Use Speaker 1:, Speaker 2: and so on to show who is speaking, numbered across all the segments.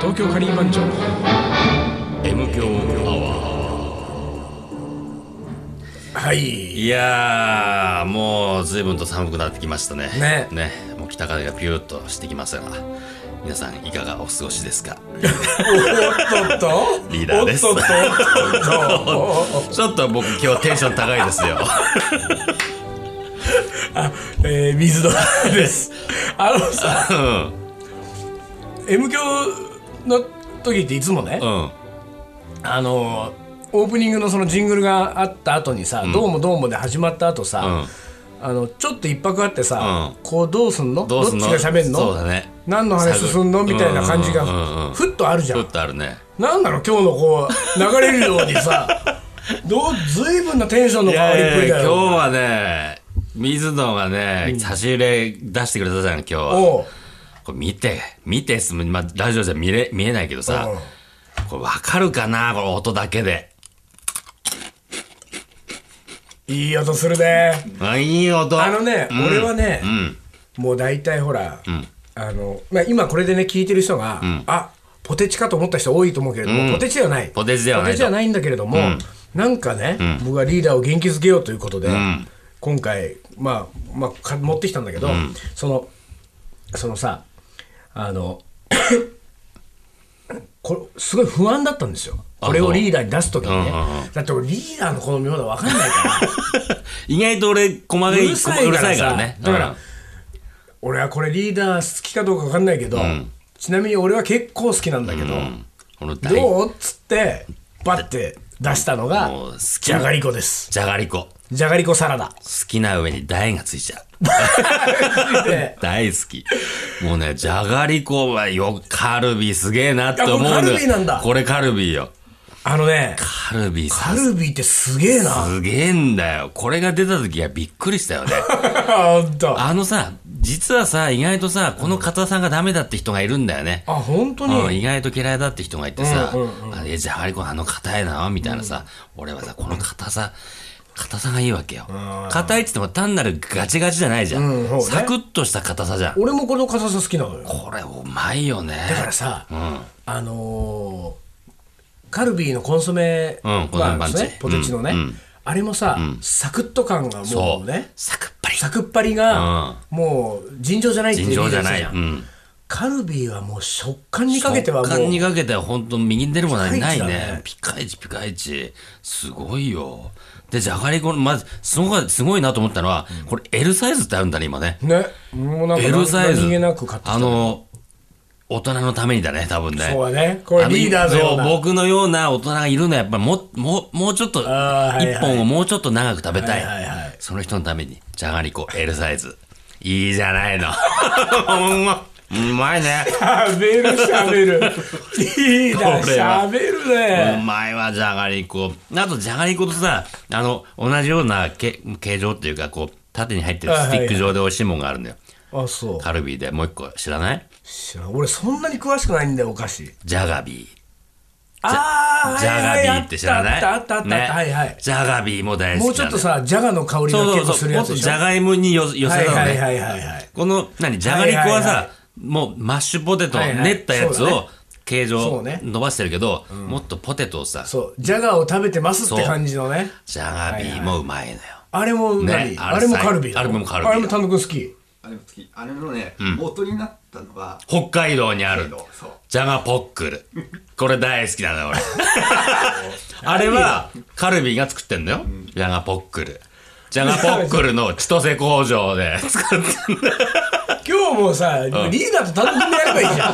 Speaker 1: 東京カリー番長
Speaker 2: M 強アワーはいいやーもう随分と寒くなってきましたね
Speaker 3: ね
Speaker 2: もう北風がピューッとしてきますが皆さんいかがお過ごしですか
Speaker 3: おっとっと
Speaker 2: リーダーです
Speaker 3: おっとっとおっとっと
Speaker 2: ちょっと僕今日テンション高いですよ
Speaker 3: あ、えー、水戸です。あのさ、
Speaker 2: うん、
Speaker 3: M 響の時っていつもね、
Speaker 2: うん、
Speaker 3: あのオープニングのそのジングルがあった後にさ、どうもどうもで始まった後さ、あのちょっと一泊あってさ、
Speaker 2: うん
Speaker 3: こうどうすんの
Speaker 2: どうすんの
Speaker 3: っちが喋んの
Speaker 2: そうだね
Speaker 3: 何の話進んの
Speaker 2: 探る
Speaker 3: みたいな感じが
Speaker 2: うんうんうんうん
Speaker 3: ふっとあるじゃ
Speaker 2: ちょ
Speaker 3: ん
Speaker 2: っ。とあるね
Speaker 3: なんだろう今日のこう流れるように さ、どうずいぶんなテンションの
Speaker 2: い
Speaker 3: 変わりっ
Speaker 2: や
Speaker 3: ぷり
Speaker 2: いや
Speaker 3: だ
Speaker 2: 今日
Speaker 3: よ。
Speaker 2: はね水野がね差し入れ出してくれたじゃん今日は
Speaker 3: おう
Speaker 2: これ見て見てすまあ、ラジオじゃ見れ見えないけどさ
Speaker 3: うん
Speaker 2: これ分かるかなこの音だけで
Speaker 3: いい音するね。
Speaker 2: あいい音
Speaker 3: あのね、
Speaker 2: うん
Speaker 3: 俺はね
Speaker 2: う、ん
Speaker 3: もう大体ほら、あのまあ、今これでね聞いてる人が、あポテチかと思った人多いと思うけれども、
Speaker 2: うん
Speaker 3: ポテチではない
Speaker 2: ポテチではない
Speaker 3: ポ
Speaker 2: と
Speaker 3: テチではないんだけれども、なんかね、僕はリーダーを元気づけようということで、
Speaker 2: ん
Speaker 3: 今回、まあまあ、か持ってきたんだけど、そのそのさあのこれすごい不安だったんですよ
Speaker 2: あ
Speaker 3: これを
Speaker 2: そう
Speaker 3: リーダーに出す時にね、
Speaker 2: うんうんう
Speaker 3: だって俺リーダーの好みまだ分かんないから
Speaker 2: 意外と俺細か
Speaker 3: う
Speaker 2: い
Speaker 3: るさいからさ
Speaker 2: うるさいからね
Speaker 3: だから
Speaker 2: うん
Speaker 3: 俺はこれリーダー好きかどうか分かんないけど、
Speaker 2: ん
Speaker 3: ちなみに俺は結構好きなんだけど、
Speaker 2: うんこの大
Speaker 3: どうっつってバッて出したのが
Speaker 2: もう好き
Speaker 3: じゃがりこです
Speaker 2: じゃがりこ
Speaker 3: じゃがりこサラダ
Speaker 2: 好きな上に大がついちゃ う
Speaker 3: で
Speaker 2: 大好き。もうね、じゃがりこはよ、カルビすげえなって思うんだよ
Speaker 3: あこれカルビなんだ
Speaker 2: これカルビよ。
Speaker 3: あのね
Speaker 2: カルビ
Speaker 3: カ
Speaker 2: さ
Speaker 3: ルビってすげえな
Speaker 2: すげえんだよ。これが出た時はびっくりし たよね。
Speaker 3: ほんとあ
Speaker 2: あのさ、実はさ、意外とさ、この硬さがダメだって人がいるんだよね。
Speaker 3: 本当に、
Speaker 2: うん、意外と嫌いだって人がいてさ、
Speaker 3: うん
Speaker 2: あえじゃがりこあの硬いなみたいなさ、俺はさこの硬さ硬さがいいわけよ硬いって言っても単なるガチガチじゃないじゃん、
Speaker 3: うんそうね
Speaker 2: サクッとした硬さじゃん
Speaker 3: 俺もこの硬さ好きなのよ
Speaker 2: これうまいよね
Speaker 3: だからさ、
Speaker 2: ん
Speaker 3: あのーカルビーのコンソメ
Speaker 2: うんコンソメ
Speaker 3: があるんですね、
Speaker 2: パ
Speaker 3: ポ
Speaker 2: ンチ
Speaker 3: テチのね、
Speaker 2: うんうん
Speaker 3: あれもさ、サクッと感が
Speaker 2: そ
Speaker 3: も
Speaker 2: う
Speaker 3: うね
Speaker 2: サクッパリ
Speaker 3: サクッパリが、もう尋常じゃないっていう
Speaker 2: 尋常じゃない、
Speaker 3: リーダー
Speaker 2: う
Speaker 3: 言ってたじゃん
Speaker 2: ん、
Speaker 3: カルビーはもう食感にかけてはもう
Speaker 2: 食感にかけては本当右に出るものはな
Speaker 3: ピ
Speaker 2: い
Speaker 3: カイチだ
Speaker 2: ね
Speaker 3: ね
Speaker 2: ピカイチピカイチすごいよでじゃがりこのまずすごいすごいなと思ったのは、これ L サイズってあるんだね今ね
Speaker 3: ねもうなんか
Speaker 2: L サイズ
Speaker 3: 何気なく買ってきた
Speaker 2: あの大人のためにだね多分ね
Speaker 3: そうだねこれ
Speaker 2: あの
Speaker 3: リーダーのような
Speaker 2: そう僕のような大人がいるのはやっぱりもももうちょっと一
Speaker 3: あーはいはい
Speaker 2: 本をもうちょっと長く食べたい,、
Speaker 3: はいはいはい
Speaker 2: その人のためにじゃがりこ L サイズいいじゃないの うんまうまいね
Speaker 3: 食べる喋る リーダー
Speaker 2: これは
Speaker 3: 喋るね
Speaker 2: うまいわじゃがりこあとじゃがりことさあの同じようなけ形状っていうかこう縦に入ってるスティック状で美味しいもんがあるんだよ、
Speaker 3: あそう
Speaker 2: カルビーでもう一個知らない
Speaker 3: 知らん俺そんなに詳しくないんだよお菓子
Speaker 2: じゃがビー
Speaker 3: ああ
Speaker 2: ジャガビーって知らない
Speaker 3: あったあったあったあったはいはい
Speaker 2: ジャガビーも大好き
Speaker 3: もうちょっと
Speaker 2: っ
Speaker 3: さジャガの香り
Speaker 2: そう
Speaker 3: が結構
Speaker 2: そうそ
Speaker 3: す
Speaker 2: う
Speaker 3: る
Speaker 2: も
Speaker 3: や
Speaker 2: っ
Speaker 3: つ
Speaker 2: と
Speaker 3: でし
Speaker 2: じ
Speaker 3: ょ
Speaker 2: ゃがいもによ寄せた
Speaker 3: は
Speaker 2: の
Speaker 3: い
Speaker 2: ね、
Speaker 3: はいはいはいはい
Speaker 2: この何じゃがりこはさ、
Speaker 3: はいはいは
Speaker 2: もうマッシュポテトを練ったや
Speaker 3: は
Speaker 2: つ
Speaker 3: いはいそうだ
Speaker 2: を形
Speaker 3: そ
Speaker 2: 状
Speaker 3: うね
Speaker 2: 伸ばしてるけど、もっとポテトをさ
Speaker 3: そうジャガを食べてますって感じのね
Speaker 2: ジャガビーもうまいのよ、
Speaker 3: あれも何、
Speaker 2: ね
Speaker 3: あれもカルビー
Speaker 2: あれもカルビー
Speaker 3: あれも単独好き
Speaker 4: あれも好きあれのね、元になったのが
Speaker 2: 北海道にある
Speaker 4: そう
Speaker 2: ジャガポックルこれ大好きなのよ 俺あれはカルビーが作ってんだよ、ジャガポックルジャガポックルの千歳工場で作って
Speaker 3: 今日もさ、リーダーと単独でやればいいじゃ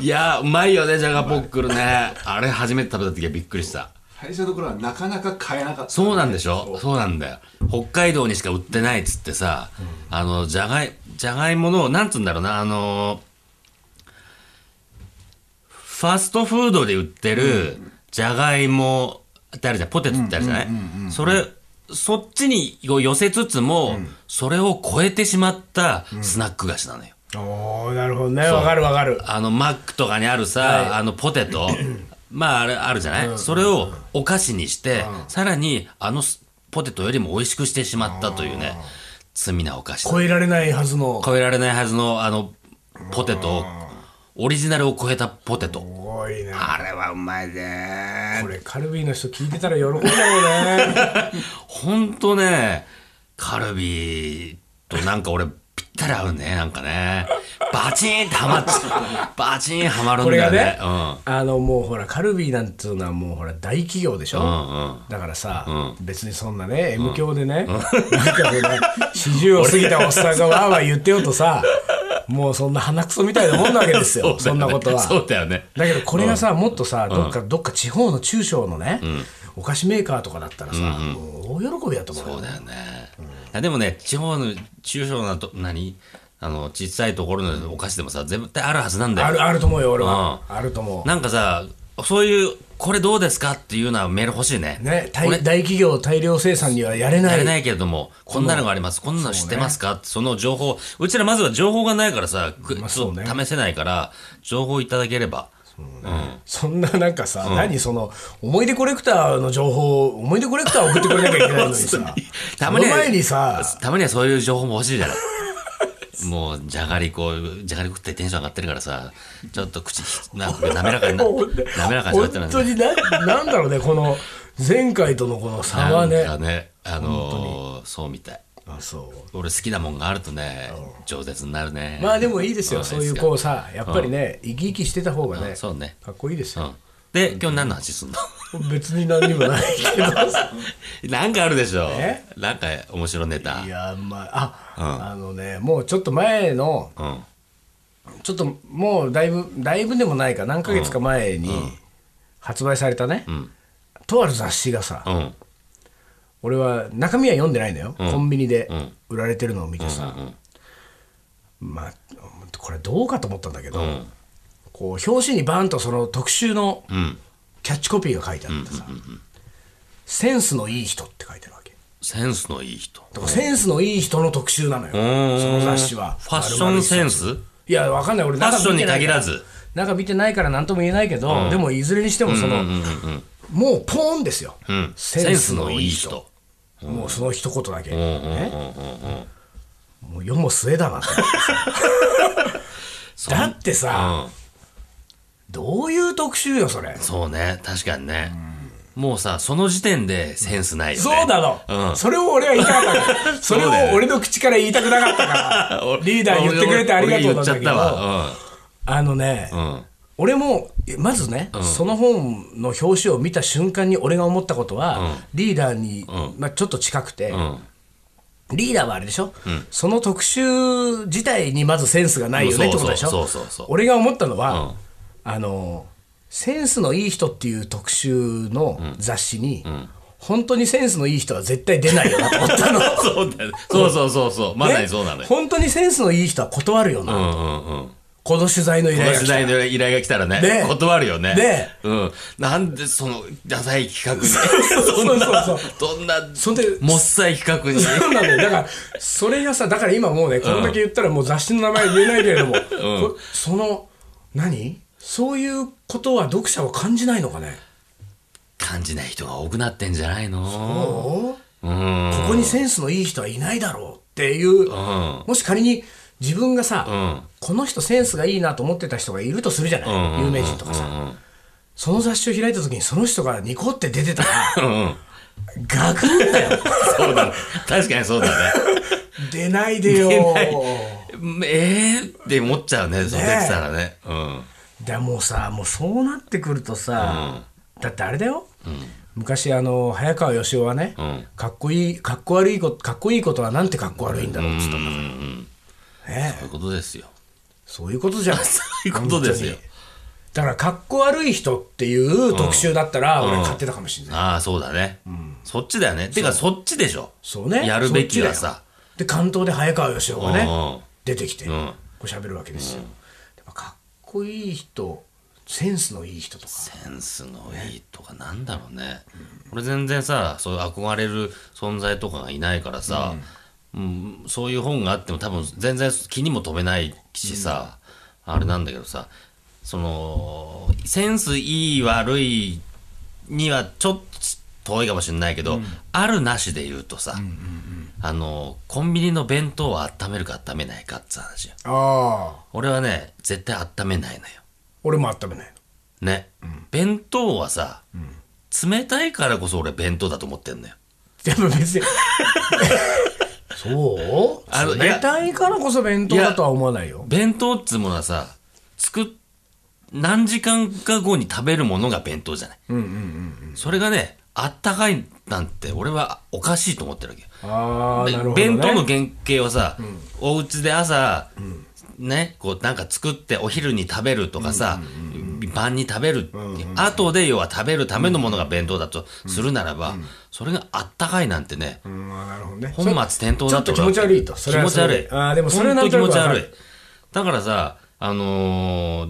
Speaker 3: ん
Speaker 2: いやーうまいよねじゃがポックルねあれ初めて食べた時はびっくりした
Speaker 4: 最初の頃はなかなか買えなかった、
Speaker 2: そうなんでしょそうなんだよ北海道にしか売ってないっつってさ、あのじゃがいじゃがいものなんつうんだろうなあのーファストフードで売ってるじゃがいもってあるじゃんポテトってあるじゃないそれそっちにこう寄せつつも、それを超えてしまったスナック菓子なのよ、
Speaker 3: おーなるほどねわかるわかる
Speaker 2: あのマックとかにあるさ、あのポ テトまああれあるじゃない、それをお菓子にして、さらにあのスポテトよりも美味しくしてしまったというね罪なお菓子
Speaker 3: 超えられないはずの
Speaker 2: 超えられないはずのあのポテトをオリジナルを超えたポテト。
Speaker 3: ごいね
Speaker 2: あれはうまいね
Speaker 3: これカルビーの人聞いてたら喜ん だろうね
Speaker 2: ほんとね、カルビとなんか俺、ぴったり合うね、なんかね。バチーンってハマっちゃう。バチーンはまるん
Speaker 3: こ
Speaker 2: だ
Speaker 3: れ
Speaker 2: よ
Speaker 3: が
Speaker 2: ね。
Speaker 3: ね、
Speaker 2: うん。
Speaker 3: あのもうほらカルビーなんていうのはもうほら大企業でしょ、
Speaker 2: うんうん
Speaker 3: だからさ、別にそんなね M 響でね、なんかこうね40を過ぎたおっさんがわーわー言ってようと さもうそんな鼻くそみたいなもんなわけですよそんなことは
Speaker 2: そうだよね。
Speaker 3: だけどこれがさ、もっとさどっか、どっか地方の中小のね、お菓子メーカーとかだったらさ、もう大喜びだと思うよ
Speaker 2: そうだよね。あでもね、地方の中小なと、何あの、小さいところのお菓子でもさ、絶対あるはずなんだよ。
Speaker 3: あるあると思うよ俺は、あると思う
Speaker 2: なんかさ、そういう、これどうですかっていうのはメール欲しいね。
Speaker 3: ね
Speaker 2: こ
Speaker 3: 大
Speaker 2: れ
Speaker 3: 大企業大量生産にはやれな
Speaker 2: やれ
Speaker 3: い
Speaker 2: ないけれども、こんなのがあります、こんなの知ってますか、その情報、うちらまずは情報がないからさ、く
Speaker 3: まあ
Speaker 2: そ
Speaker 3: そううね
Speaker 2: 試せないから、情報いただけ れば。
Speaker 3: そんななんかさ、何その思い出コレクターの情報を思い出コレクターを送ってくれなきゃいけないの にさ
Speaker 2: た
Speaker 3: た
Speaker 2: ま
Speaker 3: ま
Speaker 2: に
Speaker 3: に
Speaker 2: は
Speaker 3: 前にさ
Speaker 2: たまにはそういう情報も欲しいじゃない。もう、じゃがりこ、じゃがりこってテンション上がってるからさ、ちょっと口、なんか滑らか にな、
Speaker 3: 本
Speaker 2: 滑らかになってる
Speaker 3: 当にななんだろうねこの前回とのこの差はね
Speaker 2: なんかね、あのー、そうみたい。
Speaker 3: あそう
Speaker 2: 俺好きなもんがあるとね、饒舌になるね。
Speaker 3: まあでもいいですよ、
Speaker 2: ん
Speaker 3: そういう
Speaker 2: か
Speaker 3: こうさやっぱりね、生き生きしてた方がね、
Speaker 2: うんそうね。
Speaker 3: かっこいいです
Speaker 2: う
Speaker 3: よ、
Speaker 2: ん。で、今日何の話すんの
Speaker 3: 別に何にもないけどさ
Speaker 2: なんかあるでしょ
Speaker 3: え。
Speaker 2: なんか面白ネ タ
Speaker 3: い。やまああ、あのねもうちょっと前の
Speaker 2: うん。
Speaker 3: ちょっともうだいぶだいぶでもないか何ヶ月か前に発売されたね、
Speaker 2: ん
Speaker 3: とある雑誌がさ、
Speaker 2: うん。
Speaker 3: 俺は中身は読んでないのよ、コンビニで
Speaker 2: ん
Speaker 3: 売られてるのを見てさ、
Speaker 2: うん
Speaker 3: まあこれどうかと思ったんだけど、
Speaker 2: ん
Speaker 3: こう表紙にバーンとその特集の
Speaker 2: うん。
Speaker 3: キャッチコピーが書いてあってさ、センスのいい人って書いてあるわけ
Speaker 2: センスのいい人。
Speaker 3: だからセンスのいい人の特集なのよ、
Speaker 2: ん
Speaker 3: その雑誌は
Speaker 2: ファッションセン
Speaker 3: ス
Speaker 2: スフ
Speaker 3: いやわかんない俺
Speaker 2: ァッションに
Speaker 3: ない
Speaker 2: 限らず。
Speaker 3: なんか見てないから何とも言えないけど、でもいずれにしてもその、もうポーンですよ、
Speaker 2: うん。
Speaker 3: セ
Speaker 2: セ
Speaker 3: ン
Speaker 2: ン
Speaker 3: ス
Speaker 2: ス
Speaker 3: の
Speaker 2: の
Speaker 3: い
Speaker 2: い
Speaker 3: い
Speaker 2: い
Speaker 3: 人
Speaker 2: 人。
Speaker 3: もうその一言だけ、ねもう世も末だな と思ってさだってさ、
Speaker 2: うん。
Speaker 3: どういう特集よそれ
Speaker 2: そうね。確かにね。もうさ、その時点でセンスないよね。
Speaker 3: そうなの、
Speaker 2: うん。
Speaker 3: それを俺は言いたかったのそれ
Speaker 2: そうだよ
Speaker 3: を
Speaker 2: ね
Speaker 3: 俺の口から言いたくなかったから リーダー言ってくれてありがとうなんだ
Speaker 2: 俺俺言っ
Speaker 3: け
Speaker 2: ちゃった
Speaker 3: ど
Speaker 2: わ。
Speaker 3: あのね、
Speaker 2: うん。うん。
Speaker 3: 俺もえまずね、その本の表紙を見た瞬間に俺が思ったことは、リーダーに、まあ、ちょっと近くて、
Speaker 2: ん
Speaker 3: リーダーはあれでしょ、その特集自体にまずセンスがないよねってことでしょ
Speaker 2: そうそうそうそうそう
Speaker 3: 俺が思ったのは、
Speaker 2: うん
Speaker 3: あのセンスのいい人っていう特集の雑誌に、本当にセンスのいい人は絶対出ないよなと思った の
Speaker 2: そうだよねそうそうそうそう。まさにそうなの
Speaker 3: ね
Speaker 2: よ。
Speaker 3: 本当にセンスのいい人は断るよな、
Speaker 2: うんうんうん。
Speaker 3: この取材の依
Speaker 2: こ
Speaker 3: 頼
Speaker 2: の
Speaker 3: が
Speaker 2: 時
Speaker 3: 来た
Speaker 2: 代の依頼が来たらね、
Speaker 3: ね
Speaker 2: 断るよね。
Speaker 3: ね
Speaker 2: うん。なんでその、ダサい企画に。そんな
Speaker 3: そう
Speaker 2: どんな、
Speaker 3: そんで
Speaker 2: もっさい企画に。
Speaker 3: そうなんだよ。だから、それがさ、だから今もうね、こんだけ言ったらもう雑誌の名前言えないけれども、こその、何そういうことは読者は感じないのかね
Speaker 2: 感じない人が多くなってんじゃないの
Speaker 3: お
Speaker 2: ううん。
Speaker 3: ここにセンスのいい人はいないだろうっていう、
Speaker 2: ん
Speaker 3: もし仮に自分がさ、
Speaker 2: ん
Speaker 3: この人センスがいいなと思ってた人がいるとするじゃない、
Speaker 2: うん
Speaker 3: 有名人とかさ、
Speaker 2: うん
Speaker 3: その雑誌を開いた時にその人がニコって出てたら
Speaker 2: うんうん。
Speaker 3: ガクンだよ
Speaker 2: そうだね。確かにそうだね。
Speaker 3: 出ないでよ
Speaker 2: 出ないえーって思っちゃうね、そう
Speaker 3: ね
Speaker 2: 出てたらね。うん。
Speaker 3: でもうさもうそうなってくるとさ、だってあれだよ、昔あの早川義雄はね、
Speaker 2: ん
Speaker 3: かっこいいかっこ悪いことかっこいいことはなんてかっこ悪いんだろうっつったんだから、ね
Speaker 2: そ
Speaker 3: え
Speaker 2: ういうことですよ。
Speaker 3: そういうことじゃん
Speaker 2: そういうことですよ
Speaker 3: 本当にだからかっこ悪い人っていう特集だったら
Speaker 2: ん
Speaker 3: 俺買ってたかもしれない、
Speaker 2: ああ、そうだね。そっちだよね。てか、そっちでしょ。
Speaker 3: そうね
Speaker 2: やるべき
Speaker 3: そっ
Speaker 2: は
Speaker 3: ち
Speaker 2: さ。
Speaker 3: だよで関東で早川義雄が
Speaker 2: う
Speaker 3: ね
Speaker 2: ん
Speaker 3: 出てきて、
Speaker 2: ん
Speaker 3: こう喋るわけですよ、でもかっこいい人センスのいい人とか
Speaker 2: センスのいいとかなんだろうね、俺全然さそういう憧れる存在とかがいないからさ、うんそういう本があっても多分全然気にも留めないしさ、あれなんだけどさそのセンスいい悪いにはちょっと遠いかもしれないけど、あるなしで言うとさ、あのコンビニの弁当は温めるか温めないかって話よ
Speaker 3: ああ
Speaker 2: 俺はね絶対温めないのよ
Speaker 3: 俺も温めない
Speaker 2: ね、弁当はさ、冷たいからこそ俺弁当だと思ってんのよ
Speaker 3: のでも別にそう
Speaker 2: あのいや
Speaker 3: 冷たいからこそ弁当だとは思わないよ
Speaker 2: 弁当っつうものはさ作っ何時間か後に食べるものが弁当じゃない、それがねあったかいなんて俺はおかしいと思ってるわけよ
Speaker 3: ああ
Speaker 2: で
Speaker 3: なるほど、ね、
Speaker 2: 弁当の原型はさ、お家で朝、ねこうなんか作ってお昼に食べるとかさ、晩に食べる、後で要は食べるためのものが弁当だとするならば、それがあったかいなんてね
Speaker 3: うんあなるほどね
Speaker 2: 本末転倒
Speaker 3: ちょ
Speaker 2: だ
Speaker 3: っと気
Speaker 2: 俺は
Speaker 3: 持ち悪いとそ
Speaker 2: 気
Speaker 3: れは
Speaker 2: 持ち
Speaker 3: それ
Speaker 2: 悪い
Speaker 3: あーでもそれは
Speaker 2: ほんと気
Speaker 3: なん
Speaker 2: 持
Speaker 3: と
Speaker 2: ち
Speaker 3: なくわか
Speaker 2: 悪い
Speaker 3: る
Speaker 2: だからさあの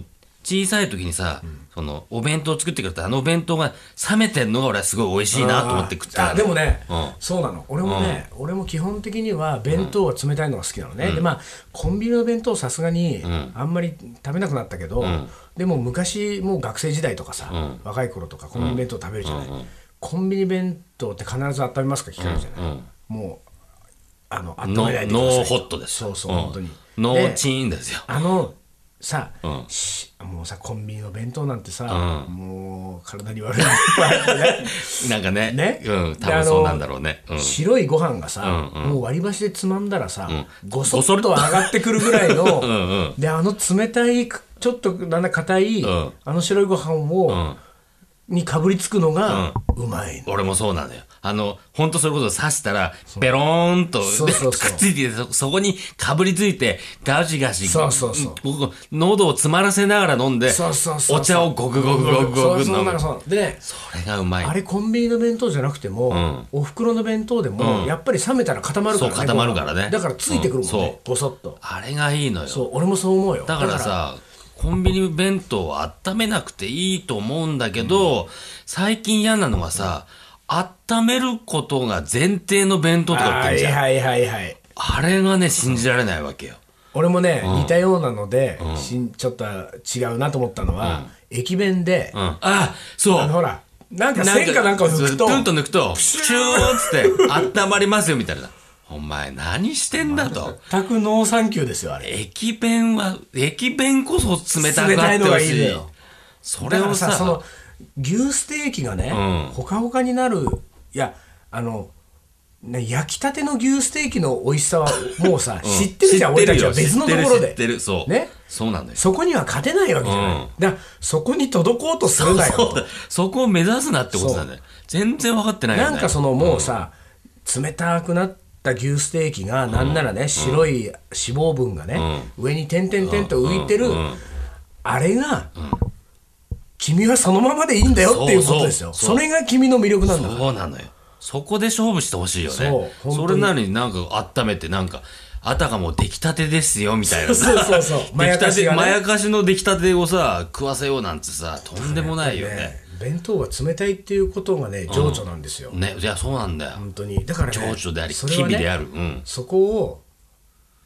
Speaker 2: ー小さい時にさ、そのお弁当作ってくれたあのお弁当が冷めてんのが俺はすごい美味しいなと思って食ってたの
Speaker 3: あでもね、
Speaker 2: うん
Speaker 3: そうなの俺もね、俺も基本的には弁当は冷たいのが好きなのね、でまあコンビニの弁当さすがにあんまり食べなくなったけど、でも昔もう学生時代とかさ、
Speaker 2: ん
Speaker 3: 若い頃とかコンビニ弁当食べるじゃない、
Speaker 2: うんうんうん
Speaker 3: コンビニ弁当って必ず温めますか聞かれるじゃない、
Speaker 2: うんうん
Speaker 3: もうあの温め
Speaker 2: ノ
Speaker 3: ないでく
Speaker 2: ー
Speaker 3: ださい
Speaker 2: ノーホットです
Speaker 3: そうそう、
Speaker 2: ん
Speaker 3: 本当に
Speaker 2: ノー
Speaker 3: で
Speaker 2: チーンですよ
Speaker 3: あのさ、
Speaker 2: ん
Speaker 3: しもうさコンビニの弁当なんてさ、
Speaker 2: う
Speaker 3: もう体に悪い のいっぱいあってね
Speaker 2: なんかね
Speaker 3: ね
Speaker 2: うん多
Speaker 3: であの
Speaker 2: 分そうなんだろうね、うん、
Speaker 3: 白いご飯がさ、
Speaker 2: うん
Speaker 3: もう割り箸でつまんだらさ、
Speaker 2: ん
Speaker 3: ごそっと上がってくるぐらいの
Speaker 2: んう
Speaker 3: であの冷たいちょっとなんだ硬い、
Speaker 2: うん
Speaker 3: あの白いご飯を、
Speaker 2: ん
Speaker 3: にかぶりつくのがうまいの、
Speaker 2: 俺もそうなのよ。あの、ほんとそれこそ刺したら、ベローンと、
Speaker 3: そうそうそう
Speaker 2: でくっついてそ、そこにかぶりついて、ガシガシ、
Speaker 3: そうそうそう
Speaker 2: 僕喉を詰まらせながら飲んで、
Speaker 3: そうそうそう
Speaker 2: お茶をゴクゴクゴクゴク
Speaker 3: そうそう
Speaker 2: 飲
Speaker 3: な
Speaker 2: む
Speaker 3: の。そうなので
Speaker 2: それがうまい。
Speaker 3: あれコンビニの弁当じゃなくても、
Speaker 2: ん
Speaker 3: お袋の弁当でも、やっぱり冷めたら固まるからね
Speaker 2: そう固まるからね
Speaker 3: だからついてくるもん
Speaker 2: うん
Speaker 3: ね
Speaker 2: そう、
Speaker 3: ごそっと
Speaker 2: あれがいいのよ。
Speaker 3: そう俺もそう思うよ
Speaker 2: だからさ、コンビニ弁当は温めなくていいと思うんだけど、最近嫌なのがさ、温めることが前提の弁当とか
Speaker 3: は
Speaker 2: 売ってん
Speaker 3: い
Speaker 2: じゃん。
Speaker 3: はいはいはい
Speaker 2: あれがね、信じられないわけよ。
Speaker 3: 俺もね、似たようなので、しんちょっと違うなと思ったのは、駅弁で、
Speaker 2: うん。あ、そう。
Speaker 3: あのほらなんか線かなんかを抜くと
Speaker 2: ずっと抜くと、プシュ ーっつって、温まりますよ、みたいな。お前何してんだと。
Speaker 3: 全くノーサンキューですよあれ
Speaker 2: 駅弁は、駅弁こそ冷たく
Speaker 3: 冷た
Speaker 2: なっ
Speaker 3: い
Speaker 2: て
Speaker 3: の
Speaker 2: ほ
Speaker 3: がいい
Speaker 2: し
Speaker 3: の
Speaker 2: い。
Speaker 3: よ
Speaker 2: それ
Speaker 3: だか
Speaker 2: を
Speaker 3: ら
Speaker 2: さ、
Speaker 3: さその牛ステーキがね、
Speaker 2: うん
Speaker 3: ほかほかになるいやあのね、焼きたての牛ステーキの美味しさ はもうさ、
Speaker 2: うん
Speaker 3: 知ってるじゃん俺たちは別のところ
Speaker 2: 知
Speaker 3: で
Speaker 2: ってる、そう。
Speaker 3: ね
Speaker 2: そうなんだよ。
Speaker 3: そこには勝てないわけじゃない、
Speaker 2: うん
Speaker 3: だからそこに届こうとするなよ
Speaker 2: そうだそこを目指すなってことなんだよ。全然分かってないよね。
Speaker 3: なんかそのもうさ、冷たくなった牛ステーキがなんならね、白い脂肪分がね、上に点々点と浮いてる、あれが、君はそのままでいいんだよっていうことですよそ
Speaker 2: そ
Speaker 3: う
Speaker 2: そうそう
Speaker 3: れが君の魅力なんだから
Speaker 2: そうなのよ。そこで勝負してほしいよ
Speaker 3: そう
Speaker 2: ね。
Speaker 3: 本当に
Speaker 2: それなのになんか温めてなんか、あたかも出来たてですよみたいなさ。
Speaker 3: そうそうそうそう
Speaker 2: 出来た
Speaker 3: まやかし
Speaker 2: て、
Speaker 3: がね
Speaker 2: まやかしの出来たてをさ、食わせようなんてさ、とんでもないよ
Speaker 3: ね
Speaker 2: ね。
Speaker 3: 弁当は冷たいっていうことがね情緒なんですよ、
Speaker 2: ね、いや、そうなんだよ。
Speaker 3: 本当にだからね
Speaker 2: 情緒であり、
Speaker 3: そ
Speaker 2: 機
Speaker 3: れは
Speaker 2: 微
Speaker 3: ね
Speaker 2: である。うん。
Speaker 3: そこを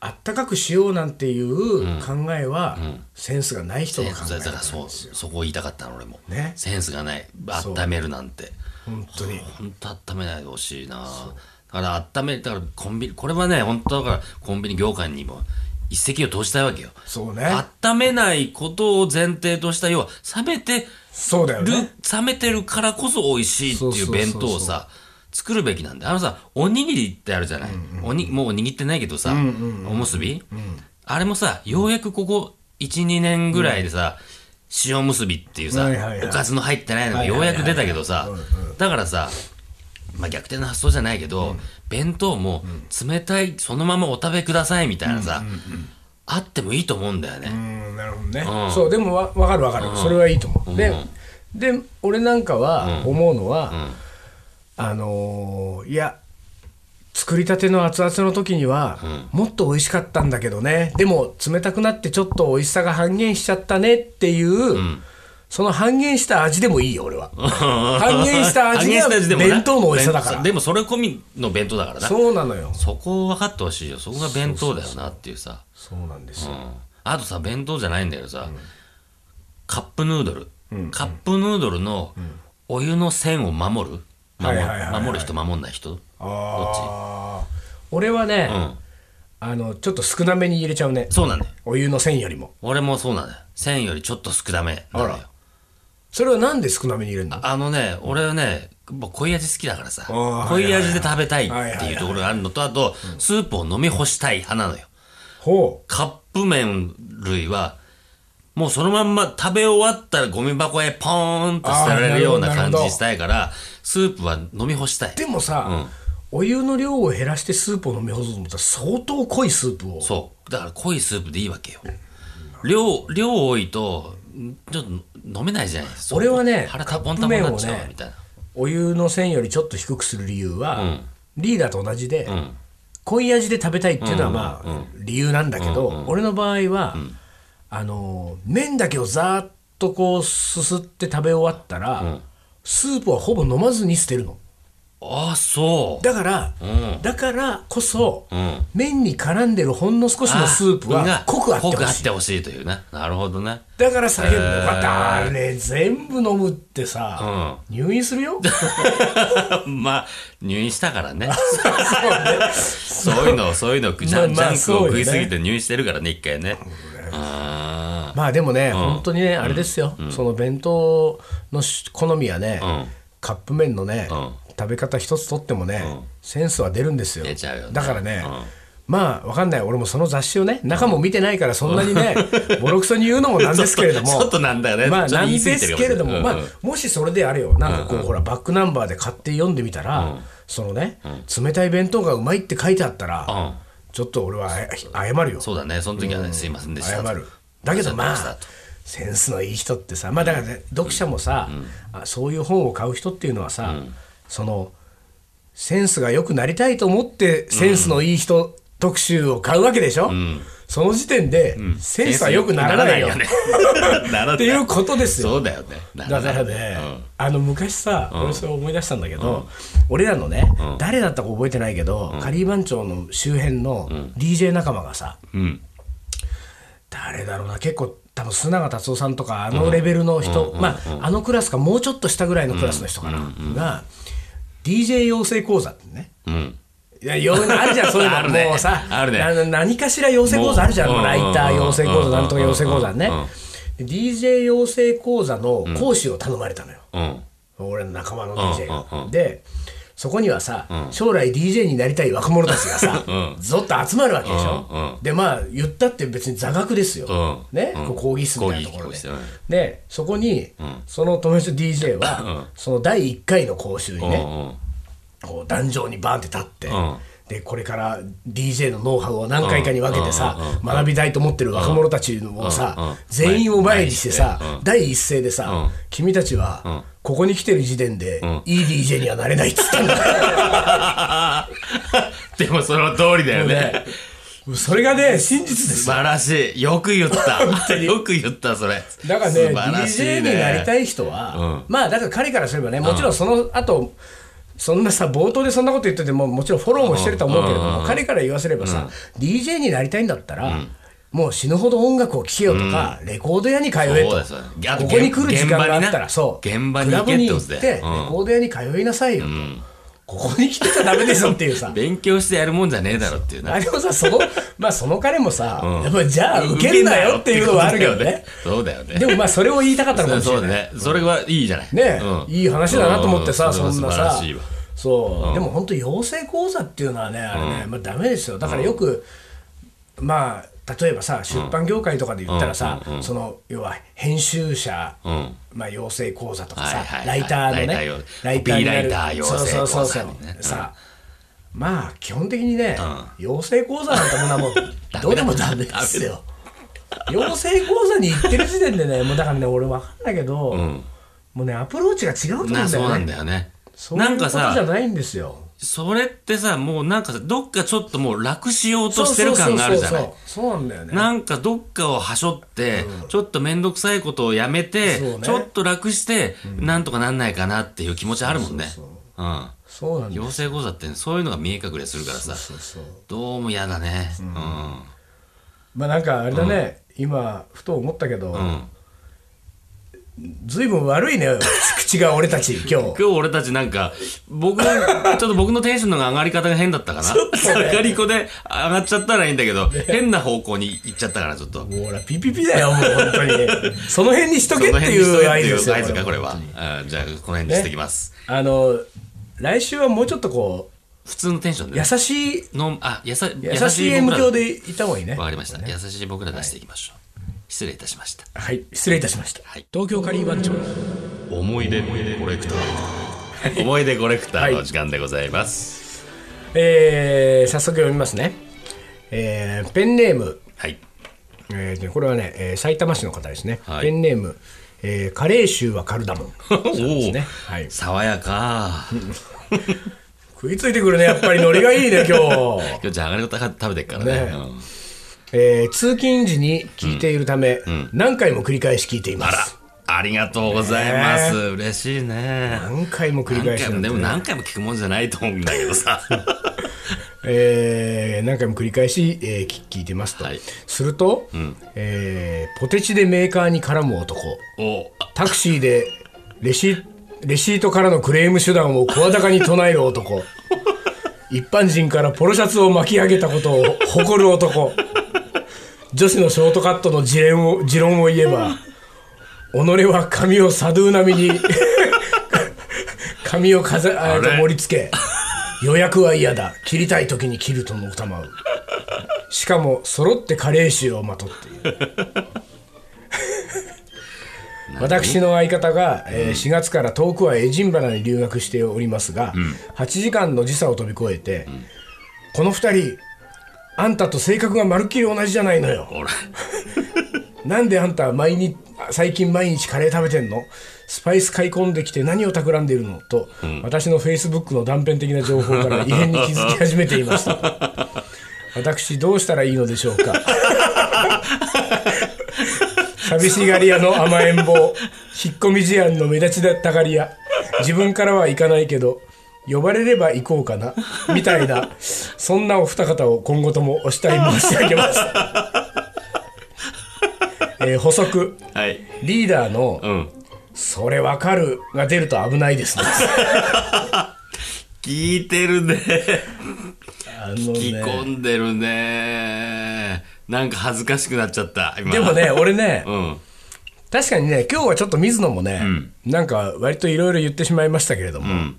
Speaker 3: あったかくしようなんていう考えは、センスがない人の
Speaker 2: だ
Speaker 3: 考え
Speaker 2: か
Speaker 3: 方
Speaker 2: らそう、そこを言いたかったの俺も。
Speaker 3: ね
Speaker 2: センスがない。温めるなんて。
Speaker 3: 本当に
Speaker 2: 本当温めないでほしいなだから温めだからコンビニこれはね本当だからコンビニ業界にも一石を投じたいわけよ
Speaker 3: そうね
Speaker 2: 温めないことを前提とした要は冷めて
Speaker 3: そうだよ
Speaker 2: る、
Speaker 3: ね
Speaker 2: 冷めてるからこそ美味しいっていう弁
Speaker 3: そうそう
Speaker 2: 当を
Speaker 3: そうそ
Speaker 2: さ作るべきなんだよあのさおにぎりってあるじゃない、おにもう握ってないけどさ、おむすび、あれもさようやくここ12年ぐらいでさ、塩むすびっていうさ、
Speaker 3: はいはいはい
Speaker 2: おかずの入ってないのがようやく出たけどさ、だからさ、まあ、逆転の発想じゃないけど、弁当も冷たいそのままお食べくださいみたいなさ、あってもいいと思うんだよね、
Speaker 3: うんなるほどね、
Speaker 2: うん
Speaker 3: そうでもわ分かる分かる、それはいいと思う、でで俺なんかは思うのは、あのーいや作りたての熱々の時には、もっと美味しかったんだけどねでも冷たくなってちょっと美味しさが半減しちゃったねっていう、その半減した味でもいいよ俺は半減した味が
Speaker 2: 半減したもな
Speaker 3: 弁当の美味しさだか
Speaker 2: 弁
Speaker 3: ら
Speaker 2: でもそれ込みの弁当だからなそ
Speaker 3: そうなのよ
Speaker 2: こを分かってほしいよそこが弁当だよなっていうさ
Speaker 3: そうなんですよ、
Speaker 2: うんあとさ弁当じゃないんだけどさ、カップヌードル、カップヌードルのお湯の線を守る、守
Speaker 3: はいはいはいはい
Speaker 2: 守る人守んない人
Speaker 3: ああ俺はね、
Speaker 2: うん
Speaker 3: あのちょっと少なめに入れちゃうね
Speaker 2: そうなんだよ
Speaker 3: お湯の線よりも
Speaker 2: 俺もそうなんだよ1000よりちょっと少なめなのよ
Speaker 3: あらそれはなんで少なめに入れるの
Speaker 2: あのね、俺はね、もう濃い味好きだからさ、
Speaker 3: あー
Speaker 2: 濃い味で食べたいっ
Speaker 3: はいはいは
Speaker 2: て
Speaker 3: い
Speaker 2: いうところがあるのと、あと、スープを飲み干したい派なのよ。
Speaker 3: ほ
Speaker 2: カップ麺類は、もうそのまんま食べ終わったらゴミ箱へポーンと捨てられるような
Speaker 3: あーなるほ
Speaker 2: 感
Speaker 3: ど。
Speaker 2: じしたいから、スープは飲み干したいう
Speaker 3: でもさ、お湯の量を減らしてスープを飲み干そうと思ったら相当濃いスープを
Speaker 2: そう。だから濃いスープでいいわけよ。量、量多いと、んちょっと飲めないじゃないですか。
Speaker 3: 俺はね
Speaker 2: 腹たぼんたぼんになっちゃ
Speaker 3: カップ麺を
Speaker 2: う
Speaker 3: ね
Speaker 2: みたいな。
Speaker 3: お湯の線よりちょっと低くする理由は、
Speaker 2: ん
Speaker 3: リーダーと同じで、
Speaker 2: ん
Speaker 3: 濃い味で食べたいっていうのはまあ、理由なんだけど、俺の場合は、あの麺だけをざーっとこうすすって食べ終わったら、スープはほぼ飲まずに捨てるの
Speaker 2: ああ、そう。
Speaker 3: だから、だからこそ、
Speaker 2: ん
Speaker 3: 麺に絡んでるほんの少しのスープ
Speaker 2: あ
Speaker 3: は
Speaker 2: が
Speaker 3: 濃くあって
Speaker 2: 濃く
Speaker 3: ほ
Speaker 2: あ
Speaker 3: し
Speaker 2: っ
Speaker 3: い
Speaker 2: てほしいというね。なるほどね。
Speaker 3: だから酒飲む
Speaker 2: へー
Speaker 3: あれね全部飲むってさ、入院する よ
Speaker 2: まあ、入院したから ね。そういうの、そういうの、ジャンジ
Speaker 3: まあまあ
Speaker 2: ャンクを
Speaker 3: そうよ
Speaker 2: 食
Speaker 3: ね
Speaker 2: いすぎて入院してるからね、一回ね。あ
Speaker 3: まあでもね、本当にねあれですよ、その弁当のし好みはね、
Speaker 2: ん
Speaker 3: カップ麺のね、
Speaker 2: ん
Speaker 3: 食べ方一つとってもね、センスは出るんですよ
Speaker 2: 出ちゃうよね
Speaker 3: だからね、まあわかんない俺もその雑誌をね中も見てないからそんなにね、 ボロクソに言うのもなんですけれども
Speaker 2: ちょっとちょっとなんだよね
Speaker 3: まあ
Speaker 2: ちょっ
Speaker 3: なん
Speaker 2: と言
Speaker 3: で
Speaker 2: い過ぎて
Speaker 3: す
Speaker 2: る
Speaker 3: けれども、
Speaker 2: うん
Speaker 3: まあもしそれであれよなんかこう、ほらバックナンバーで買って読んでみたら、そのね、冷たい弁当がうまいって書いてあったら、
Speaker 2: うん
Speaker 3: ちょっと俺はあ謝るよ
Speaker 2: あ、そうだね。その時はね、すいませんでした
Speaker 3: 謝
Speaker 2: と。
Speaker 3: るだけどま
Speaker 2: そうだ
Speaker 3: あセンスのいい人ってさまあだからね、読者もさ、あそういう本を買う人っていうのはさ、そのセンスが良くなりたいと思ってセンスのいい人特集を買うわけでしょ、その時点で、センスは良くならないよ
Speaker 2: センス良く ならないよねならな
Speaker 3: っていうことですよ
Speaker 2: そうだよね。な
Speaker 3: だ
Speaker 2: ない
Speaker 3: からね、あの昔さ、俺それ思い出したんだけど、俺らのね、誰だったか覚えてないけど、カリー番長の周辺の DJ 仲間がさ、
Speaker 2: うん。
Speaker 3: 誰だろうな結構多分砂川達夫さんとかあのレベルの人、まああのクラスかもうちょっと下ぐらいのクラスの人かな、が DJ 養成講座ってね
Speaker 2: うん。
Speaker 3: いやよ あるじゃんそういうの
Speaker 2: あるね
Speaker 3: もうさ
Speaker 2: あるね
Speaker 3: の何かしら養成講座あるじゃん
Speaker 2: もう
Speaker 3: もうライター養成講座なんとか養成講座ね
Speaker 2: うんうんうん
Speaker 3: DJ 養成講座の講師を頼まれたのよ、
Speaker 2: うん。
Speaker 3: 俺の仲間の DJ が、
Speaker 2: うんうんうん
Speaker 3: でそこにはさ、将来 DJ になりたい若者たちが さ、ぞっと集まるわけでしょ、
Speaker 2: うんうん
Speaker 3: でまあ言ったって別に座学ですよ、
Speaker 2: うん
Speaker 3: ね、
Speaker 2: うん
Speaker 3: こう講義室みたいなところ
Speaker 2: 講義
Speaker 3: で
Speaker 2: 室講義室
Speaker 3: でそこに、その友達の DJ は、その第1回の講習に
Speaker 2: う
Speaker 3: ね、
Speaker 2: ん うん。
Speaker 3: こう壇上にバーンって立って、
Speaker 2: ん
Speaker 3: でこれから DJ のノウハウを何回かに分けてさ、学びたいと思ってる若者たちをさ、
Speaker 2: うんうん
Speaker 3: 全員を前にしてさ、第一声でさ、
Speaker 2: うん
Speaker 3: 君たちは、ここに来てる時点で、いい DJ にはなれないっつったんだよ
Speaker 2: でもその通りだよ ね
Speaker 3: ね。それがね真実です
Speaker 2: 素晴らしい。よく 言った。よく言った、それ。
Speaker 3: だからね
Speaker 2: 素晴らしい
Speaker 3: DJ になりたい人は、まあだから彼からすればねもちろんその後、そんなさ冒頭でそんなこと言っててももちろんフォローもしてると思うけれども、彼から言わせればさ、DJ になりたいんだったら、もう死ぬほど音楽を聴けよとか、レコード屋に通えと
Speaker 2: そう
Speaker 3: こ
Speaker 2: ですよねあと
Speaker 3: こに来る時間があっ
Speaker 2: 現
Speaker 3: た
Speaker 2: 場に
Speaker 3: ら
Speaker 2: ね
Speaker 3: そう
Speaker 2: 現場に行けってことだよ
Speaker 3: クラブに行ってレ
Speaker 2: うん
Speaker 3: コード屋に通いなさいよと、ここに来てちゃダメでしょっていう さ
Speaker 2: 勉強してやるもんじゃねえだろっていうな
Speaker 3: あ。でもさそ のまあその彼もさ、やっぱりじゃあ 受けるなよっていうのはあるけどね。
Speaker 2: そうだよね。
Speaker 3: でもまあそれを言いたかったのかもしれ
Speaker 2: そ
Speaker 3: な
Speaker 2: う
Speaker 3: い
Speaker 2: だね。それはいいじゃない。
Speaker 3: ね、いい話だなと思ってさ、
Speaker 2: う
Speaker 3: そんな
Speaker 2: れは
Speaker 3: さ
Speaker 2: 素晴らしいわ。
Speaker 3: そう、でも本当養成講座っていうのはねあれね、まあダメですよだからよく、まあ例えばさ出版業界とかで言ったらさ、その要は編集者、
Speaker 2: ん
Speaker 3: まあ養成講座とかさ、
Speaker 2: はいはいはい
Speaker 3: ライターの
Speaker 2: ライター
Speaker 3: ね
Speaker 2: よ
Speaker 3: になる
Speaker 2: コピーライター養成講
Speaker 3: そ
Speaker 2: 座
Speaker 3: うそうそうそう、
Speaker 2: みたいなねうん
Speaker 3: さまあ基本的にね、養成講座なんてものはもう どうでもダメですよ養成講座に行ってる時点で ねもうだからね俺分かんないけど、もうねアプローチが違うと思うんだ
Speaker 2: なそう
Speaker 3: よ
Speaker 2: なんだ
Speaker 3: ね
Speaker 2: よね。
Speaker 3: そう
Speaker 2: ないん
Speaker 3: うこ
Speaker 2: か
Speaker 3: とじゃ
Speaker 2: さ、
Speaker 3: ないんですよ
Speaker 2: それってさ、もうなんかさ、どっかちょっともう楽しようとしてる感があるじゃない。
Speaker 3: そうそうそうそうそうなんだよね
Speaker 2: なんかどっかをはしょって、ちょっとめんどくさいことをやめて、
Speaker 3: そうね
Speaker 2: ちょっと楽して、なんとかなんないかなっていう気持ちあるもんね。
Speaker 3: そう
Speaker 2: うん。
Speaker 3: そうなんだよ
Speaker 2: 養成講座ってそういうのが見え隠れするからさ、
Speaker 3: そうそう
Speaker 2: どうも嫌だね。うん。
Speaker 3: まあなんかあれだね、今ふと思ったけど、ずいぶん悪いね口口が俺たち今日
Speaker 2: 今日俺たちなんか、 僕、ちょっと僕のテンションの上がり方が変だったかな。上がり子で上がっちゃったらいいんだけど、変な方向に行っちゃったから、ちょっと。
Speaker 3: もうほらピピピだよもう本当 にその辺にしと
Speaker 2: そ
Speaker 3: けって
Speaker 2: の辺にし
Speaker 3: い
Speaker 2: とけ
Speaker 3: う
Speaker 2: っ
Speaker 3: 合
Speaker 2: て
Speaker 3: 図
Speaker 2: い
Speaker 3: です
Speaker 2: う
Speaker 3: よ
Speaker 2: 合図か、こ
Speaker 3: これ
Speaker 2: れは。うんじゃあ、この辺にしてきます。
Speaker 3: あの来週はもうちょっとこ
Speaker 2: 普通のテンション
Speaker 3: う
Speaker 2: で
Speaker 3: 優。しい
Speaker 2: のあ、やさ
Speaker 3: 優しい M
Speaker 2: 僕ら
Speaker 3: 響でいた方がいいね
Speaker 2: わかりました。優しい僕ら出していきましょう。失礼いたしました。
Speaker 3: はい失礼いたしました、
Speaker 2: はい
Speaker 3: 東京カリー番長
Speaker 2: 思い出コレクター。 思い出コレクターの時間でございます。
Speaker 3: えー、早速読みますね、えー、ペンネーム
Speaker 2: はい。
Speaker 3: えーでこれはね、えー、埼玉市の方ですね、
Speaker 2: はい
Speaker 3: ペンネーム、えー、カレー臭はカルダ モン
Speaker 2: お
Speaker 3: す
Speaker 2: お
Speaker 3: ねはい
Speaker 2: 爽やか。
Speaker 3: 食いついてくるねやっぱりノリがいいね今日、
Speaker 2: 今日じゃあ上がり方食べてっからね
Speaker 3: ね
Speaker 2: うん
Speaker 3: えー通勤時に聞いているため、何回も繰り返し聞いていま
Speaker 2: あ
Speaker 3: す
Speaker 2: らありがとうございます、嬉しいね
Speaker 3: 何回も繰り
Speaker 2: 何
Speaker 3: 返し
Speaker 2: 回
Speaker 3: なん
Speaker 2: も
Speaker 3: て
Speaker 2: でも何回も聞くもんじゃないと思うんだけ どさ
Speaker 3: えー何回も繰り返し、えー聞聞いてますと、
Speaker 2: はい
Speaker 3: すると、えーポテチでメーカーに絡む男
Speaker 2: おあ
Speaker 3: タクシーでレシレシートからのクレーム手段を声高に唱える 男一般人からポロシャツを巻き上げたことを誇る男女子のショートカットの持論を持論を言えば己は髪をサドゥー並みに髪をかざあ
Speaker 2: あれ
Speaker 3: 盛り付け予約は嫌だ切りたい時に切るとのたまうしかも揃って加齢臭をまとっている私の相方が、えー4月から遠くはエジンバラに留学しておりますが、8時間の時差を飛び越えて、この2人あんたと性格がまるっきり同じじゃないのよ
Speaker 2: ほら
Speaker 3: なんであんたは毎日最近毎日カレー食べてんのスパイス買い込んできて何を企んでいるのと、私のフェイスブックの断片的な情報から異変に気づき始めていました私どうしたらいいのでしょうか寂しがり屋の甘えん坊引っ込み思案の目立ちたがり屋自分からは行かないけど呼ばれれば行こうかなみたいなそんなお二方を今後ともお慕い申し上げます、えー補足
Speaker 2: はい
Speaker 3: リーダーの
Speaker 2: うん
Speaker 3: 「それわかる」が出ると危ないですね。
Speaker 2: 聞いてるね
Speaker 3: あの
Speaker 2: 聞き込んでるねなんか恥ずかしくなっちゃった今
Speaker 3: でもね俺ね
Speaker 2: うん
Speaker 3: 確かにね今日はちょっと水野もね、なんか割といろいろ言ってしまいましたけれども、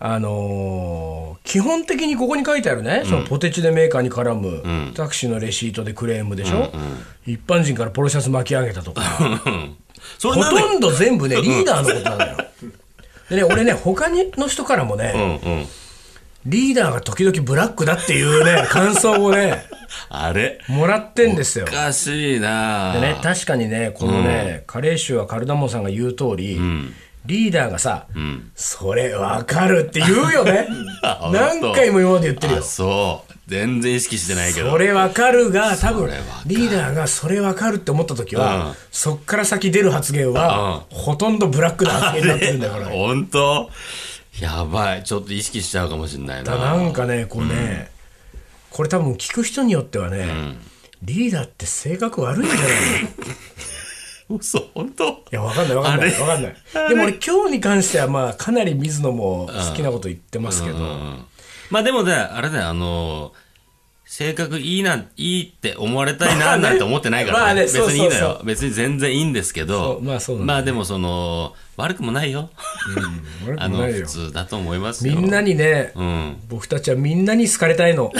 Speaker 3: あのー基本的にここに書いてあるね、そのポテチでメーカーに絡む、タクシーのレシートでクレームでしょ、一般人からポロシャツ巻き上げたとか
Speaker 2: それ
Speaker 3: ほ
Speaker 2: なんで
Speaker 3: とんど全部ね リーダーのことなのよ。でね俺ね他にの人からもね、
Speaker 2: うんうん
Speaker 3: リーダーが時々ブラックだっていうね感想をね
Speaker 2: あれ
Speaker 3: もらってんですよ
Speaker 2: お。かしいな
Speaker 3: でね、確かにね、このね、カレー臭はカルダモンさんが言う通り、リーダーがさ、それわかるって言うよね
Speaker 2: あ。
Speaker 3: 何回も今まで言ってるよ
Speaker 2: あ。そう全然意識してないけど
Speaker 3: それわかるが、多分
Speaker 2: それわか、る
Speaker 3: リーダーがそれわかるって思った時は、
Speaker 2: うん
Speaker 3: そっから先出る発言は、ほとんどブラックな発言になってるんだから。
Speaker 2: 本当やばいちょっと意識しちゃうかもしれないな
Speaker 3: なんかね、こうね、これ多分聞く人によってはね、リーダーって性格悪いんじゃないの
Speaker 2: 嘘本当
Speaker 3: いや、わかんない、わかんな
Speaker 2: あ
Speaker 3: い、
Speaker 2: れ
Speaker 3: わかんない。でも俺、今日に関しては、まあ、かなり水野も好きなこと言ってますけど、
Speaker 2: まあでもねあれだよあの性格いいないいって思われたい
Speaker 3: まあ
Speaker 2: な
Speaker 3: ね
Speaker 2: なんて思ってないから、
Speaker 3: まあね
Speaker 2: 別にいいのよ
Speaker 3: そうそう
Speaker 2: 別に全然いいんですけ
Speaker 3: そ
Speaker 2: ど
Speaker 3: うまあそうなんだよね
Speaker 2: まあでもその悪くもないよ、
Speaker 3: 悪
Speaker 2: あ
Speaker 3: く
Speaker 2: の
Speaker 3: ない
Speaker 2: 普
Speaker 3: よ。
Speaker 2: 通だと思います
Speaker 3: み
Speaker 2: よ
Speaker 3: んなにね、
Speaker 2: うん
Speaker 3: 僕たちはみんなに好かれたいの。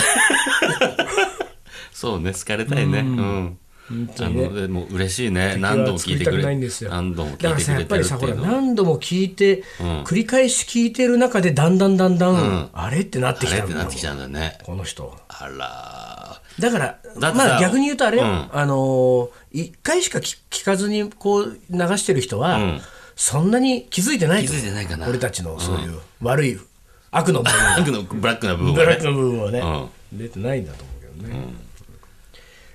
Speaker 2: そうね好かれたいねうん、あのでも嬉しいね何度も聞い
Speaker 3: 作り
Speaker 2: てく
Speaker 3: た
Speaker 2: れ
Speaker 3: くないんですよ
Speaker 2: 何度も聞いて
Speaker 3: だから
Speaker 2: く
Speaker 3: さ、やっ
Speaker 2: れ
Speaker 3: ぱ
Speaker 2: てる
Speaker 3: り
Speaker 2: って
Speaker 3: さ、ほ
Speaker 2: い
Speaker 3: ら、
Speaker 2: うのは
Speaker 3: 何度も聞いて、繰り返し聞いてる中で、だんだんだんだん、あれってなってき
Speaker 2: あれ
Speaker 3: た
Speaker 2: っ
Speaker 3: ん
Speaker 2: て
Speaker 3: だ
Speaker 2: なっ
Speaker 3: よ
Speaker 2: てきちゃうんだよね
Speaker 3: この人。
Speaker 2: あら
Speaker 3: だから、
Speaker 2: だってさ
Speaker 3: まあ逆に言うとあれよ、
Speaker 2: うん
Speaker 3: あのー、一回しか聞聞かずにこう流してる人は、
Speaker 2: ん
Speaker 3: そんなに気づいてないと思う
Speaker 2: 気づいてないかな
Speaker 3: 俺たちのそういう悪い、悪の部分
Speaker 2: ブラックのブラックな部分
Speaker 3: ブ
Speaker 2: が
Speaker 3: ラック
Speaker 2: ね
Speaker 3: の部分はね、出てないんだと思うけどね、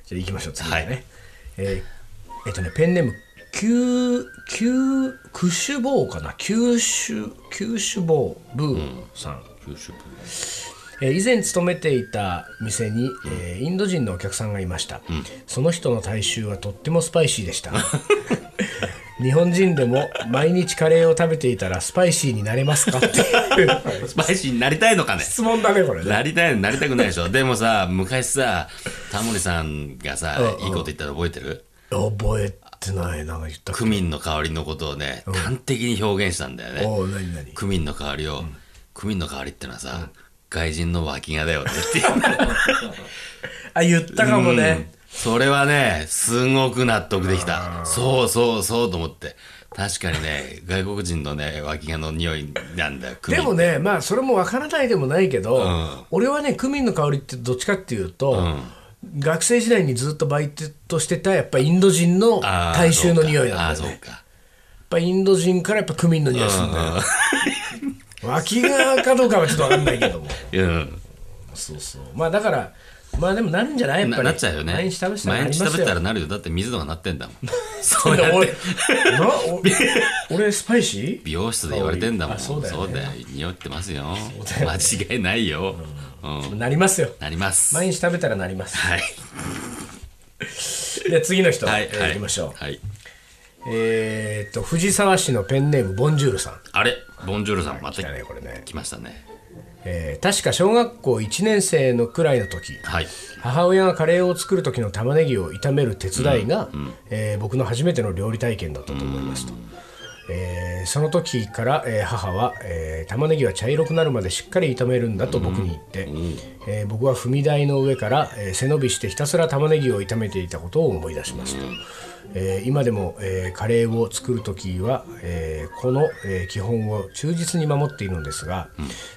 Speaker 3: じゃあ行きましょう次はね、
Speaker 2: はい
Speaker 3: えーえっとねペンネーム九九九種坊かな九種九種坊ブーさん、えー以前勤めていた店に、えーインド人のお客さんがいました、その人の大衆はとってもスパイシーでした 日本人でも毎日カレーを食べていたらスパイシーになれますかっていう
Speaker 2: スパイシーになりたいのかね
Speaker 3: 質問だねこれね
Speaker 2: なりたい、なりたくないでしょ。でもさ、昔さ、タモリさんがさ、
Speaker 3: うんうん
Speaker 2: いいこと言ったら覚えてる
Speaker 3: 覚えてないなんか言った
Speaker 2: クミンの香りのことをね、端的に表現したんだよね。
Speaker 3: おお何何
Speaker 2: クミンの香りを、クミンの香りってのはさ、外人の脇がだよねっていう
Speaker 3: あ言ったかもね、
Speaker 2: うんそれはね、すごく納得できた。そうそうそうと思って。確かにね、外国人のね、脇がの匂いなんだよ、クミン。
Speaker 3: でもねまあそれもわからないでもないけど、
Speaker 2: ん
Speaker 3: 俺はねクミンの香りってどっちかっていうと、
Speaker 2: ん
Speaker 3: 学生時代にずっとバイトしてたやっぱインド人の
Speaker 2: あー
Speaker 3: 大衆の匂いなんだ
Speaker 2: そ
Speaker 3: よね
Speaker 2: うかあー、そうか。
Speaker 3: やっぱインド人からやっぱクミンの匂いするんだよ、脇側かどうかはちょっとわかんないけども
Speaker 2: うん。
Speaker 3: そうそうまあだからまあでもなるんじゃないやっぱ
Speaker 2: な
Speaker 3: り
Speaker 2: なっちゃうよね。
Speaker 3: 毎日食べてたらな
Speaker 2: 毎
Speaker 3: り
Speaker 2: 日
Speaker 3: ま
Speaker 2: 食べ
Speaker 3: す
Speaker 2: て
Speaker 3: よ
Speaker 2: たらなるよ。だって水野がなっ てんだもん。そ
Speaker 3: お
Speaker 2: うやっ
Speaker 3: い
Speaker 2: て。
Speaker 3: なお俺スパイシー
Speaker 2: 美容室で言われてんだもん。
Speaker 3: あそうだよね
Speaker 2: 匂ってますよ。間違いないよ。うん。
Speaker 3: なりますよ
Speaker 2: なります。
Speaker 3: 毎日食べたらなります
Speaker 2: はい。
Speaker 3: で次の人、
Speaker 2: は。
Speaker 3: はいえー
Speaker 2: はい
Speaker 3: 行きましょう、
Speaker 2: はい。
Speaker 3: えーっと藤沢市のペンネームボンジュールさん
Speaker 2: あれボンジョルさん、また
Speaker 3: 来たねこれね、
Speaker 2: 来ましたね。
Speaker 3: えー確か小学校1年生のくらいの時
Speaker 2: はい。
Speaker 3: 母親がカレーを作る時の玉ねぎを炒める手伝いが、えー僕の初めての料理体験だったと思いますと、えーその時から、えー母は、えー玉ねぎは茶色くなるまでしっかり炒めるんだと僕に言って、えー僕は踏み台の上から、えー背伸びしてひたすら玉ねぎを炒めていたことを思い出しますと、えー今でも、えーカレーを作る時は、えーこの、えー基本を忠実に守っているのですが、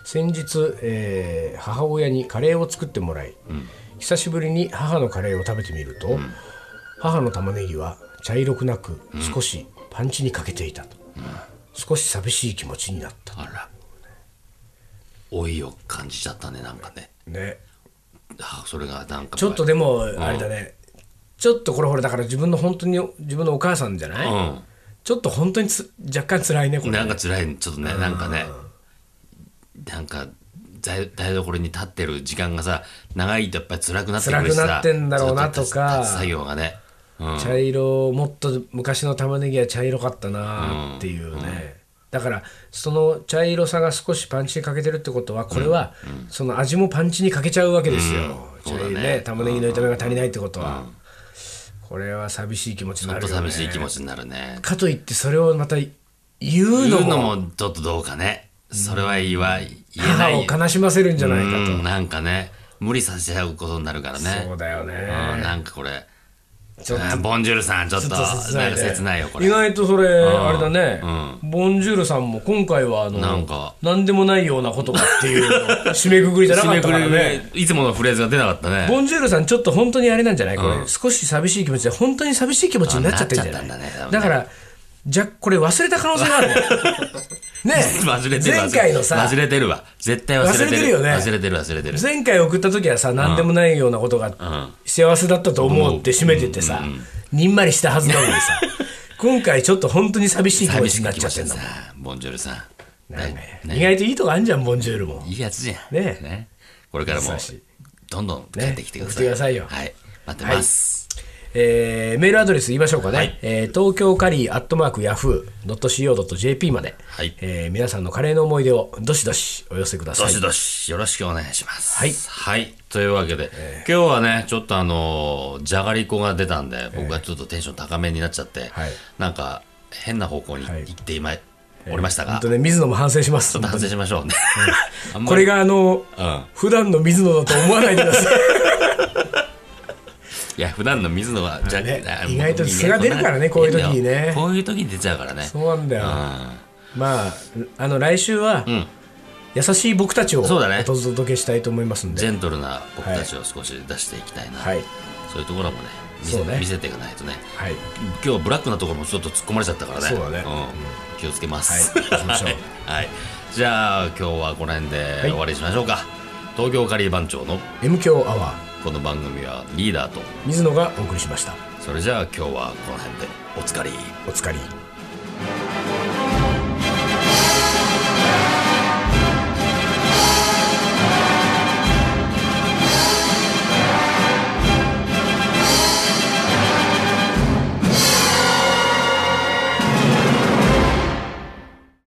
Speaker 3: 先日、えー母親にカレーを作ってもらい、久しぶりに母のカレーを食べてみると、母の玉ねぎは茶色くなく少しパンチに欠けていたと、少し寂しい気持ちになった
Speaker 2: あら。老いを感じちゃったね、なんかね。
Speaker 3: ね
Speaker 2: あそれがなんか。
Speaker 3: ちょっとでもあれだね、ちょっとこれほらだから自分の本当に自分のお母さんじゃない、
Speaker 2: う
Speaker 3: ちょっと本当につ若干辛いねこ
Speaker 2: ん。
Speaker 3: れ
Speaker 2: なんか辛い、ちょっとね、なんかね。なんか、台台所に立ってる時間がさ、長いとやっぱり辛くなってくるしさ
Speaker 3: 辛くなってんだろうなとか
Speaker 2: ずっ立つ立つ作業がね。うん。
Speaker 3: 茶色もっと昔の玉ねぎは茶色かったなっていうね、だからその茶色さが少しパンチに欠けてるってことはこれはその味もパンチに欠けちゃうわけですよ、
Speaker 2: うん
Speaker 3: 茶色
Speaker 2: そうだね
Speaker 3: ね玉ねぎの炒めが足りないってことは、これは寂しい気持ちに
Speaker 2: ちょ
Speaker 3: な
Speaker 2: っ
Speaker 3: る
Speaker 2: と
Speaker 3: よ、ね、
Speaker 2: 寂しい気持ちになるね。
Speaker 3: かといってそれをまた言う
Speaker 2: 言
Speaker 3: の
Speaker 2: うの
Speaker 3: も
Speaker 2: もちょっとどうかね。それは言わ言えな
Speaker 3: 母
Speaker 2: い
Speaker 3: を悲しませるんじゃないかと、
Speaker 2: うんなんかね、無理させちゃうことになるからね。
Speaker 3: そうだよね
Speaker 2: うんなんかこれ、
Speaker 3: ちょっと
Speaker 2: あーボンジュールさん、ちょっと、なんか切ないよ、これ。
Speaker 3: 意
Speaker 2: う
Speaker 3: 外とそれ、あれだね、ボンジュールさんも今回はあの
Speaker 2: なんか
Speaker 3: 何でもないようなことがっていうのを 締めくくりじゃなかったからね
Speaker 2: いつものフレーズが出なかったね。
Speaker 3: ボンジュールさんちょっと本当にあれなんじゃないこれ、少し寂しい気持ちで本当に寂しい気持ちになっちゃってんじゃない
Speaker 2: あなっちゃったんだね多分ね
Speaker 3: だからじゃこれ忘れた可能性がある ねね
Speaker 2: 忘れてる
Speaker 3: 前回のさ
Speaker 2: 忘れてるわ絶対忘れ
Speaker 3: 忘
Speaker 2: てる
Speaker 3: れてるよね
Speaker 2: 忘れてる忘れてる
Speaker 3: 前回送った時はさ何でもないようなことが幸せだったと思うって締めててさ、にんまりしたはずなのに さ今回ちょっと本当に寂しい気持
Speaker 2: 寂
Speaker 3: ち
Speaker 2: し
Speaker 3: に
Speaker 2: く
Speaker 3: な
Speaker 2: な
Speaker 3: っ
Speaker 2: っ
Speaker 3: ち
Speaker 2: ち
Speaker 3: ゃ
Speaker 2: ゃ
Speaker 3: っ
Speaker 2: ってて
Speaker 3: んだ
Speaker 2: さ
Speaker 3: もん
Speaker 2: ボンジョルさん
Speaker 3: なんか
Speaker 2: だ
Speaker 3: ね
Speaker 2: いね
Speaker 3: 意外といいとこあるじゃんボンジュールも
Speaker 2: いいやつじゃん
Speaker 3: ねえ
Speaker 2: これからも
Speaker 3: 優しい
Speaker 2: どんどん帰ってきてください,、
Speaker 3: ね送ってくださいよ
Speaker 2: はい待ってま
Speaker 3: え
Speaker 2: す、
Speaker 3: ーメールアドレス言いましょうかね、
Speaker 2: はい
Speaker 3: えー東京カリーアットマークヤフー .co.jp まで、
Speaker 2: はい
Speaker 3: えー皆さんのカレーの思い出をどしどしお寄せください
Speaker 2: どしどしよろしくお願いします
Speaker 3: はい
Speaker 2: はいというわけで、今日はねちょっとあのーじゃがりこが出たんで僕はちょっとテンション高めになっちゃって、
Speaker 3: はい
Speaker 2: なんか変な方向に行って今、おりましたが、
Speaker 3: 本当ね水野も反省します
Speaker 2: ちょっと反省しましょうね、 あんま
Speaker 3: こ
Speaker 2: り
Speaker 3: れがあの、
Speaker 2: うん
Speaker 3: 普段の水野だと思わないでください
Speaker 2: いや普段の水野はじゃ
Speaker 3: ね
Speaker 2: あ
Speaker 3: 意外と素が出るからね
Speaker 2: んな
Speaker 3: こういう時にね
Speaker 2: こういう時に出ちゃうからね
Speaker 3: そうなんだよ。まあ、あの来週は、
Speaker 2: ん
Speaker 3: 優しい僕たちをお
Speaker 2: そうだね
Speaker 3: 届けしたいと思いますん
Speaker 2: ジ
Speaker 3: で。
Speaker 2: ェントルな僕たちを少し出していきたいな、
Speaker 3: はい。
Speaker 2: そういうところもね見せ
Speaker 3: そうね
Speaker 2: 見せていかないとね
Speaker 3: はい。
Speaker 2: 今日ブラックなところもちょっと突っ込まれちゃったからね
Speaker 3: そうだね
Speaker 2: うん気をつけます
Speaker 3: はい行きましょう
Speaker 2: はいじゃあ今日はこの辺で終わりにしましょうか、東京カリー番長の
Speaker 3: M 強アワ
Speaker 2: この番組はリーダーと
Speaker 3: ー、水野がお送りしました。
Speaker 2: それじゃあ今日はこの辺でおつかり
Speaker 3: お疲れ。